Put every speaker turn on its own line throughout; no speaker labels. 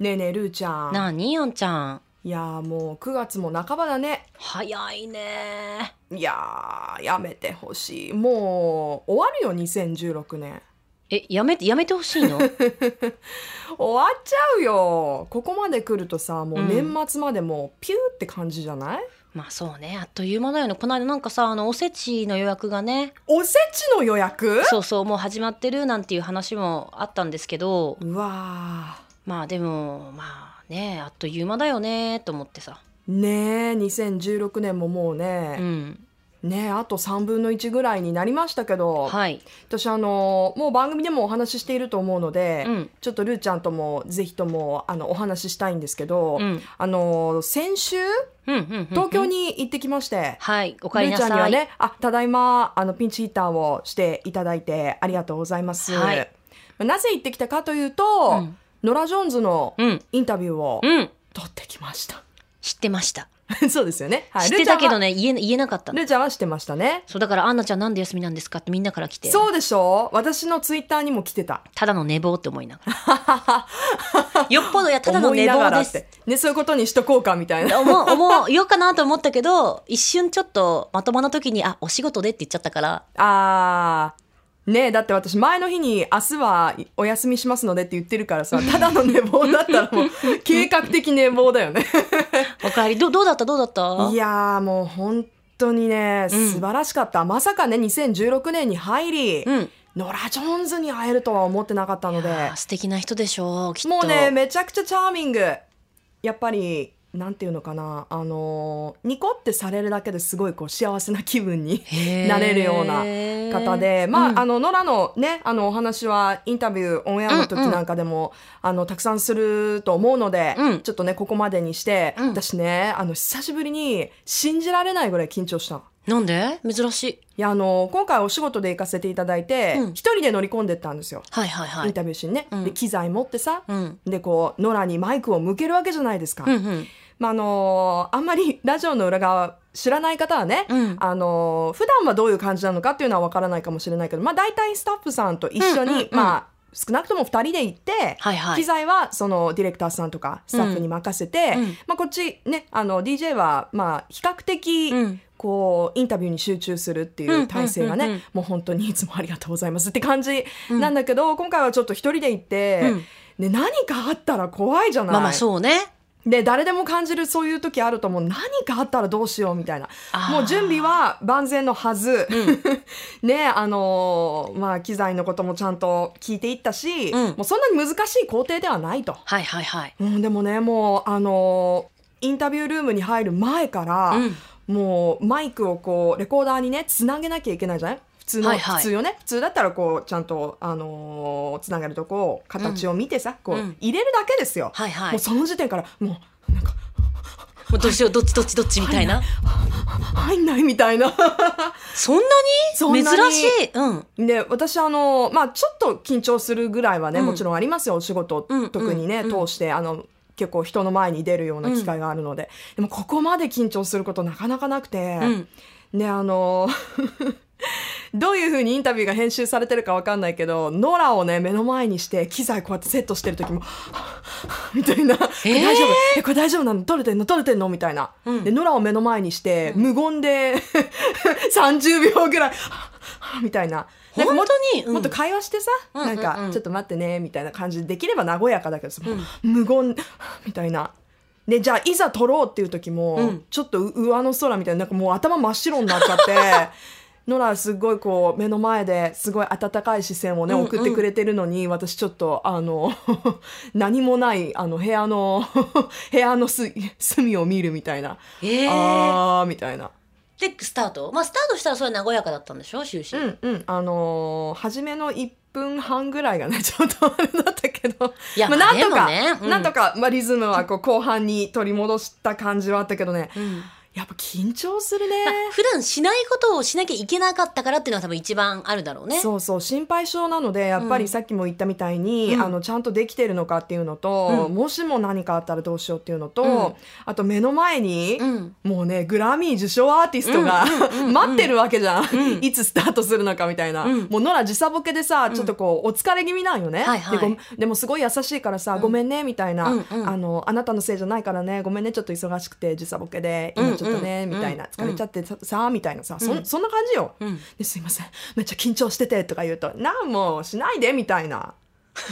ねえねえるーちゃん
なあによんちゃん
いやーもう9月も半ばだね
早いね
いやーやめてほしいもう終わるよ2016年
えやめてやめてほしいの
終わっちゃうよここまで来るとさもううん年末までもうピューって感じじゃない、
まあそうねあっという間だよねこの間なんかさあのおせちの予約がね
おせちの予約
そうそうもう始まってるなんていう話もあったんですけど
うわ
まあでもまあねあっという間だよねと思ってさ
ーねえ2016年ももう
う
ね、
ん
ねえあと3分の1ぐらいになりましたけど、
はい
私あのもう番組でもお話ししていると思うので、
うん
ちょっとルーちゃんともぜひともあのお話ししたいんですけど、
うん
あの先週
うんうんうん
東京に行ってきまして、
はいおかえり
ルー
な
ちゃんに
さ、
はいねあただいまあのピンチヒッターをしていただいてありがとうございます、
はい
まあなぜ行ってきたかというと、
うん
ノラ・ジョーンズの
うん
インタビューを
うん
撮ってきました、
知ってました、
そうですよね、はい、
知ってたけど
ね
ね言え言えなかったの
ルーちゃんは知ってましたね
そうだからアンナちゃんなんで休みなんですかってみんなから来て
そうでしょう私のツイッターにも来てた
ただの寝坊って思いながらよっぽどいやただの
思い
寝
なが
坊
ら
で
っ
す
てねそういうことにしとこうかみたいな
思う思うようかなと思ったけど一瞬ちょっとまともな時に「あお仕事で」って言っちゃったから
あーねえだって私前の日に明日はお休みしますのでって言ってるからさただの寝坊だったら もう計画的寝坊だよね
「おかえりどどうだったどうだった?
い」やーもう本当にね
うん
素晴らしかった、まさかね2016年に入り、
うん
ノラ・ジョーンズに会えるとは思ってなかったので
あ素敵な人でしょうきっと
もうねめちゃくちゃチャーミングやっぱりなんていうのかなあのーニコってされるだけですごいこう幸せな気分に
へー
なれるような方で、まあ、
うん
あの、ノラのね、あの、お話は、インタビュー、オンエアの時
うんうん
なんかでも、あの、たくさんすると思うので、
うん
ちょっとね、ここまでにして、
うん
私ね、あの、久しぶりに、信じられないぐらい緊張した。
なんで珍しい
いや、あの、今回お仕事で行かせていただいて、一、
うん
人で乗り込んでったんですよ。
はいはいは
イン
い
タビューしにね、
うん
で、機材持ってさ、
うん
で、こう、ノラにマイクを向けるわけじゃないですか。
うんうん
まあ、あのあんまりラジオの裏側知らない方はね、
うん
あの普段はどういう感じなのかっていうのは分からないかもしれないけど、まあ、大体スタッフさんと一緒に、
うんうんうん
まあ、少なくとも2人で行って、
はいは
機
い
材はそのディレクターさんとかスタッフに任せて、
うん
まあ、こっち、ね、あの DJ はまあ比較的、
うん
こうインタビューに集中するっていう体制がね、
うんうんうんうん
もう本当にいつもありがとうございますって感じなんだけど、今回はちょっと一人で行って、ね、何かあったら怖いじゃない。
まあまあそうね
で誰でも感じるそういう時あると思う何かあったらどうしようみたいな
あー
もう準備は万全のはず、ねあのーまあ機材のこともちゃんと聞いていったし、
う
も
ん
うそんなに難しい工程ではないと、
はいはいはい
うん、でもねもうあのーインタビュールームに入る前から、
うん
もうマイクをこうレコーダーにねつなげなきゃいけないじゃない普通の、
はいはい
普通よね普通だったらこうちゃんと、あのーつなげるとこう形を見てさ、こう
うん
入れるだけですよ、
はいはい
もうその時点からもう
もうどうしようどっちどっちどっちみたいな
入んないみたいな。
そんな
そん
に
なに
珍しいうん
で私あの、まあ、ちょっと緊張するぐらいはね、
うん
もちろんありますよお仕事、
うん
特にね、
うんうん
通してあの結構人の前に出るような機会があるので、でもここまで緊張することなかなかなくて、
うん
ねあの どういうふうにインタビューが編集されてるかわかんないけどノラをね目の前にして機材こうやってセットしてる時も みたいな、
えー
大丈夫えこれ大丈夫なの撮れてんの撮れてんのみたいな、
うん
でノラを目の前にして、無言で 30秒ぐらい みたいななんかも
本
っ
当に、うん
もっと会話してさ、
うん
なん
うんうん
か
うん
ちょっと待ってねみたいな感じでできれば和やかだけどさ、
うん
無言みたいな。でじゃあいざ撮ろうっていう時も、
うん
ちょっとう上の空みたいななんかもう頭真っ白になっちゃって ノラすごいこう目の前ですごい温かい視線をね
うんうん
送ってくれてるのに、私ちょっとあの 何もないあの部屋の 部屋のす隅を見るみたいな、
えー、
あーみたいな。
でスタートまあスタートしたらそれは和やかだったんでしょ終始、
うんうんあのー初めの1分半ぐらいがねちょっとあれだったけど
いや
まあ、
まあ
なんとか、
でもねうん
なんとか、まあ、リズムはこう後半に取り戻した感じはあったけどね
うん
やっぱ緊張するね、
まあ、普段しないことをしなきゃいけなかったからっていうのは多分一番あるだろうね。
そうそう心配性なのでやっぱ
うん
りさっきも言ったみたいに、
うん
あのちゃんとできてるのかっていうのと、もしも何かあったらどうしようっていうのと、
うん
あと目の前に、
うん。
もうねグラミー受賞アーティストが、
うんうんう ん
待ってるわけじゃん、
うん
いつスタートするのかみたいな、
うん
もうノラ時差ボケでさちょっとこう、お疲れ気味なんよね、
はいはい
でごでもすごい優しいからさ、ごめんねみたいな、
うんうん
あのあなたのせいじゃないからねごめんねちょっと忙しくて時差ボケで今ちょっとね、
うんう
み
ん
たいな
うん
疲れちゃってさ,、さあみたいなさそ
うん
んそんな感じよ、
うん。
ですいませんめっちゃ緊張しててとか言うと「なんもうしないで」みたいな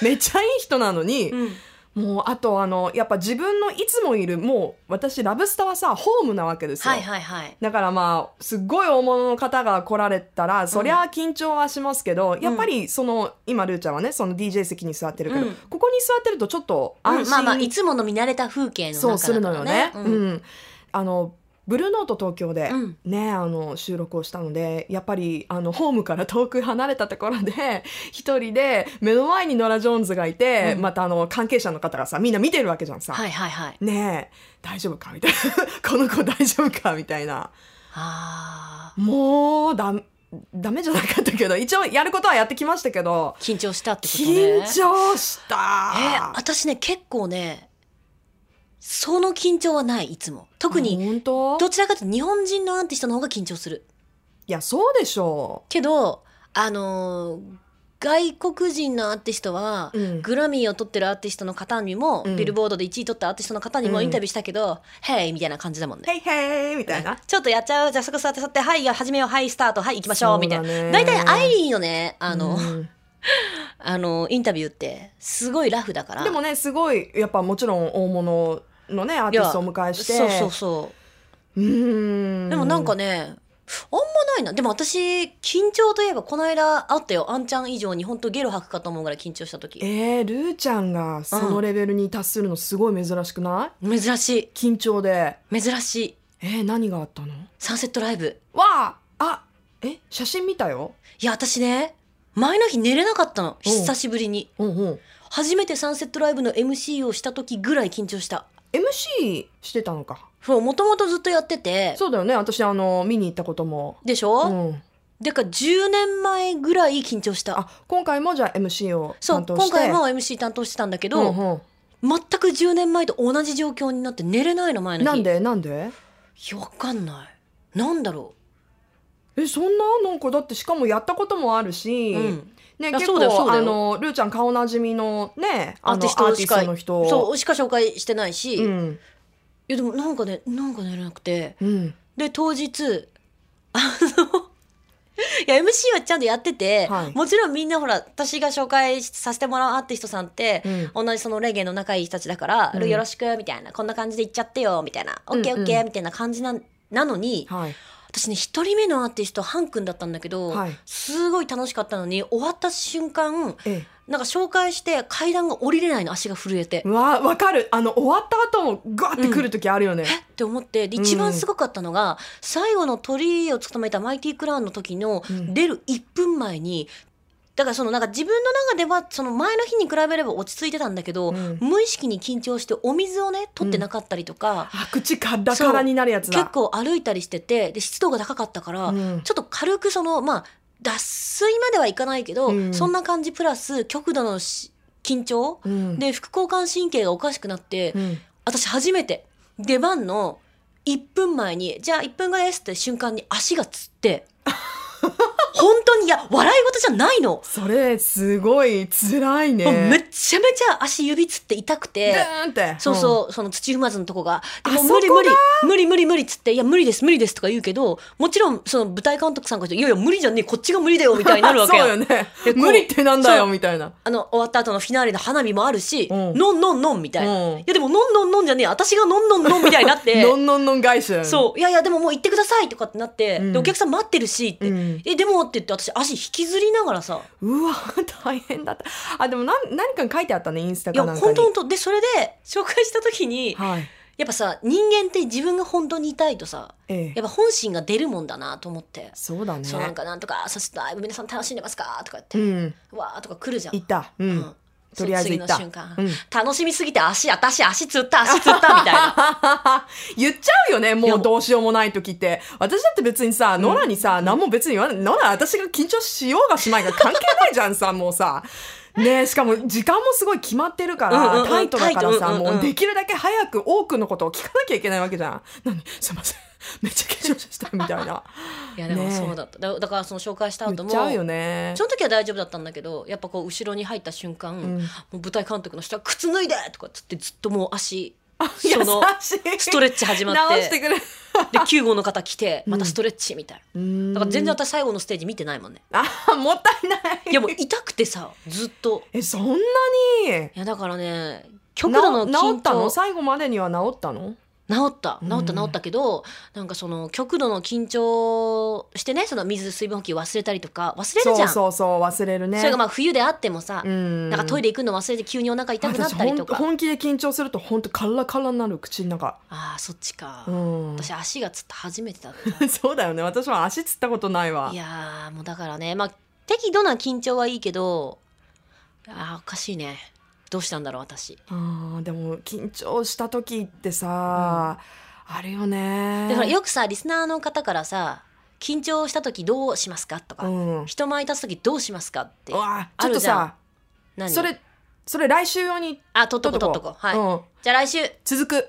めっちゃいい人なのに、
うん。
もうあとあのやっぱ自分のいつもいるもう私ラブスタはさホームなわけですよ、
はいはいはい。
だからまあすっごい大物の方が来られたらそりゃ緊張はしますけど、やっぱりその今ルーちゃんはねその DJ 席に座ってるけど、
うん
ここに座ってるとちょっと
う
安
ん、
心、
まあまあいつもの見慣れた風景の中
そう
だ
す
か
る
ら
のよね。
うん
う。ん、あのブルーノート東京で、
うん
ねあの収録をしたのでやっぱりあのホームから 遠く離れたところで一人で目の前にノラ・ジョーンズがいて、
うん
またあの関係者の方がさみんな見てるわけじゃんさ。
はいはいはい。
ねえ大丈夫かみたいな この子大丈夫かみたいな
ああ。
もうだダメじゃなかったけど一応やることはやってきましたけど
緊張したってことね。
緊張した、
えー私ね結構ねその緊張はないいつも特に
本当
どちらかというと日本人のアーティストの方が緊張する
いやそうでしょ
けどあのー外国人のアーティストは、
う、うん、
グラミーを取ってるアーティストの方にも、
うん
ビルボードで1位取ったアーティストの方に
う
も
ん
インタビューしたけど「ヘイ!」みたいな感じだもんね。
ヘイヘイみたいな。
ちょっとやっちゃうじゃあそこ座って座って「はい始めようはいスタートはい行きましょう」みたいな
そうだね
大体アイリーのねあの、
うん
あのインタビューってすごいラフだから
でもねすごいやっぱもちろん大物のねアーティストをお迎えして
そうそうそう
うーん
でもなんかね、あんまないな。でも私、緊張といえばこの間あったよ。あんちゃん以上に本当ゲロ吐くかと思うぐらい緊張した時。
えー、ルーちゃんがそのレベルに達するのすごい珍しくない、
珍し
緊張で
い。珍しい。
えー、何があったの
サンセットライブ。
わああえ写真見たよ
いや、私ね、前の日寝れなかったの。
うん
久しぶりに。
うんうん
初めてサンセットライブの MC をした時ぐらい緊張した。
MC してたのか
そう、もともとずっとやってて、
そうだよね私あの見に行ったことも
でしょ、
うん、
でか10年前ぐらい緊張した。
あ今回もじゃあ MC を
そ
担
う、
当して
今回も MC 担当してたんだけど、
うん
全く10年前と同じ状況になって寝れないの、前
う
の
ん、
日。
なんでなんで
いや、わかんない。なんだろ
えそんななんかだってしかもやったこともある
う。
し、
うん。
ね、
あ
結
そうだよそ
構
うだ
あ
よ
のルーちゃん顔なじみのねあの
アーティスト
アーティストの人
そう、しか紹介してないし、
う
い
ん
やでもなんかね、なんか寝れなくて。
うん
で、当日、あの、いや、MC はちゃんとやってて、
はい
もちろんみんなほら、私が紹介させてもらうアーティストさんって
う、ん
同じそのレゲエの仲いい人たちだから、
うん
よろしく、みたいな、こんな感じで行っちゃってよ、みたいな、オ
うん
ッケーオッケー、みたいな感じな、なのに、
はい
私ね、一人目のアーティスト、ハン君だったんだけど、
はい
すごい楽しかったのに、終わった瞬間、
え
なんか紹介して階段が降りれないの、足が震えて
え。わわかるあの終わった後もガーって来る時あるよね、
えって思ってで
うん
一番すごかったのが、最後の鳥居を務めたマイティクラウンの時の
うん
出る1分前にだからそのなんか自分の中ではその前の日に比べれば落ち着いてたんだけど、
うん
無意識に緊張してお水をね取ってなかったりとか、
あ口カラカラになるやつだ
結構歩いたりしててで湿度が高かったから、
うん
ちょっと軽くそのまあ脱水まではいかないけど、
うん
そんな感じプラス極度のし緊張、
うん
で副交感神経がおかしくなって、
うん
私初めて出番の1分前に「じゃあ1分後です」って瞬間に足がつって 本当にいや笑い事じゃないの、
それすごい辛いね
もうめちゃめちゃ足指つって痛く
ド
て。
ーンって
そうそう、その土踏まずのとこが「で
あ
もう無理
そこ
無理
が
無理無理無理」っつって「いや無理です無理です」とか言うけどもちろんその舞台監督さんから「いやいや無理じゃねえこっちが無理だよ」みたいになるわ け
そう
よ
よね
でこう
無理ってなんだ
そ
よ
う
みたいな
あの終わった後のフィナーレの花火もあるし「
うん
のんのんのん」みたいな「
うん
いやでものんのんのんじゃねえ私がのんのんのん」みたいになって
のんのんのん返しだよね
そう、いやいや、でももう行ってくださいとかってなって、
うん
でお客さん待ってるしって、
うん
え、でもって言って、私、足引きずりながらさ、
うわ 大変だったあでもなん何かに書いてあったねインスタ
いや、
かなんか
本
に
当本当で、それで紹介した時に、
はい
やっぱさ、人間って自分が本当に痛いとさ、
ええ
やっぱ本心が出るもんだなと思って、
そうだね
そうなんかなんとか、さすが、皆さん楽しんでますかとか言っ
う
て、
ん
わーとか来るじゃん。
いたう
うんん
とりあえず
次
行っ
の
た。
瞬間、
うん
楽しみすぎて足、私、足つった、足つった、みたいな。
言っちゃうよね
い
も
や
うどうしようもない時って私だって別にさノラにさ、何も別に言わないノラ私が緊張しようがしまいが関係ないじゃんさもうさねえしかも時間もすごい決まってるから、
うんうんうん
タイトだからさ、
タイトうんうんうん
もうできるだけ早く多くのことを聞かなきゃいけないわけじゃん何すいませんめっちゃ緊張したみたいな
いや、でも
ねえ
そうだった。だだから、その紹介した
言
後
っ
も、
ちゃうよね
その時は大丈夫だったんだけどやっぱこう後ろに入った瞬間、
ん
もう舞台監督の人は「靴脱いで!」とかっつってずっともう足
優し
その
い
ストレッチ始まっ
直
て
してくれる
で9号の方来てまたストレッチみたいな、だから全然
うーん
私最後のステージ見てないもんね
あーもったいない
いやもう痛くてさずっと
えそんなに
いやだからね極度の
な
緊
治
張
ったの最後までには治ったの
治った
うん
治った治ったけど、なんかその極度の緊張してねその水水分補給忘れたりとか忘れるじゃんそ
そうそうそう忘れるね
れがまあ冬であってもさ、
うん
なんかトイ
レ
レ行くの忘れて急にお腹痛くなったりとか
本気で緊張すると本当カラカラになる口の中
ああそっちか、
うん
私足がつった初めてだ っ
そうだよね私は足つったことない
た
わ
いやーもうだからねまあ適度な緊張はいいけどあーおかしいねどうしたんだろう私
あーでも緊張した時ってさ、あるよね
だからよくさリスナーの方からさ緊張した時どうしますかとか、
うん
人前に立つ時どうしますかって
うわちょ
あ
っ
る
と
じゃん
さ
何
それそれ来週用に
あ取っとこう取っとこうはい、
うん、
じゃあ来週
続く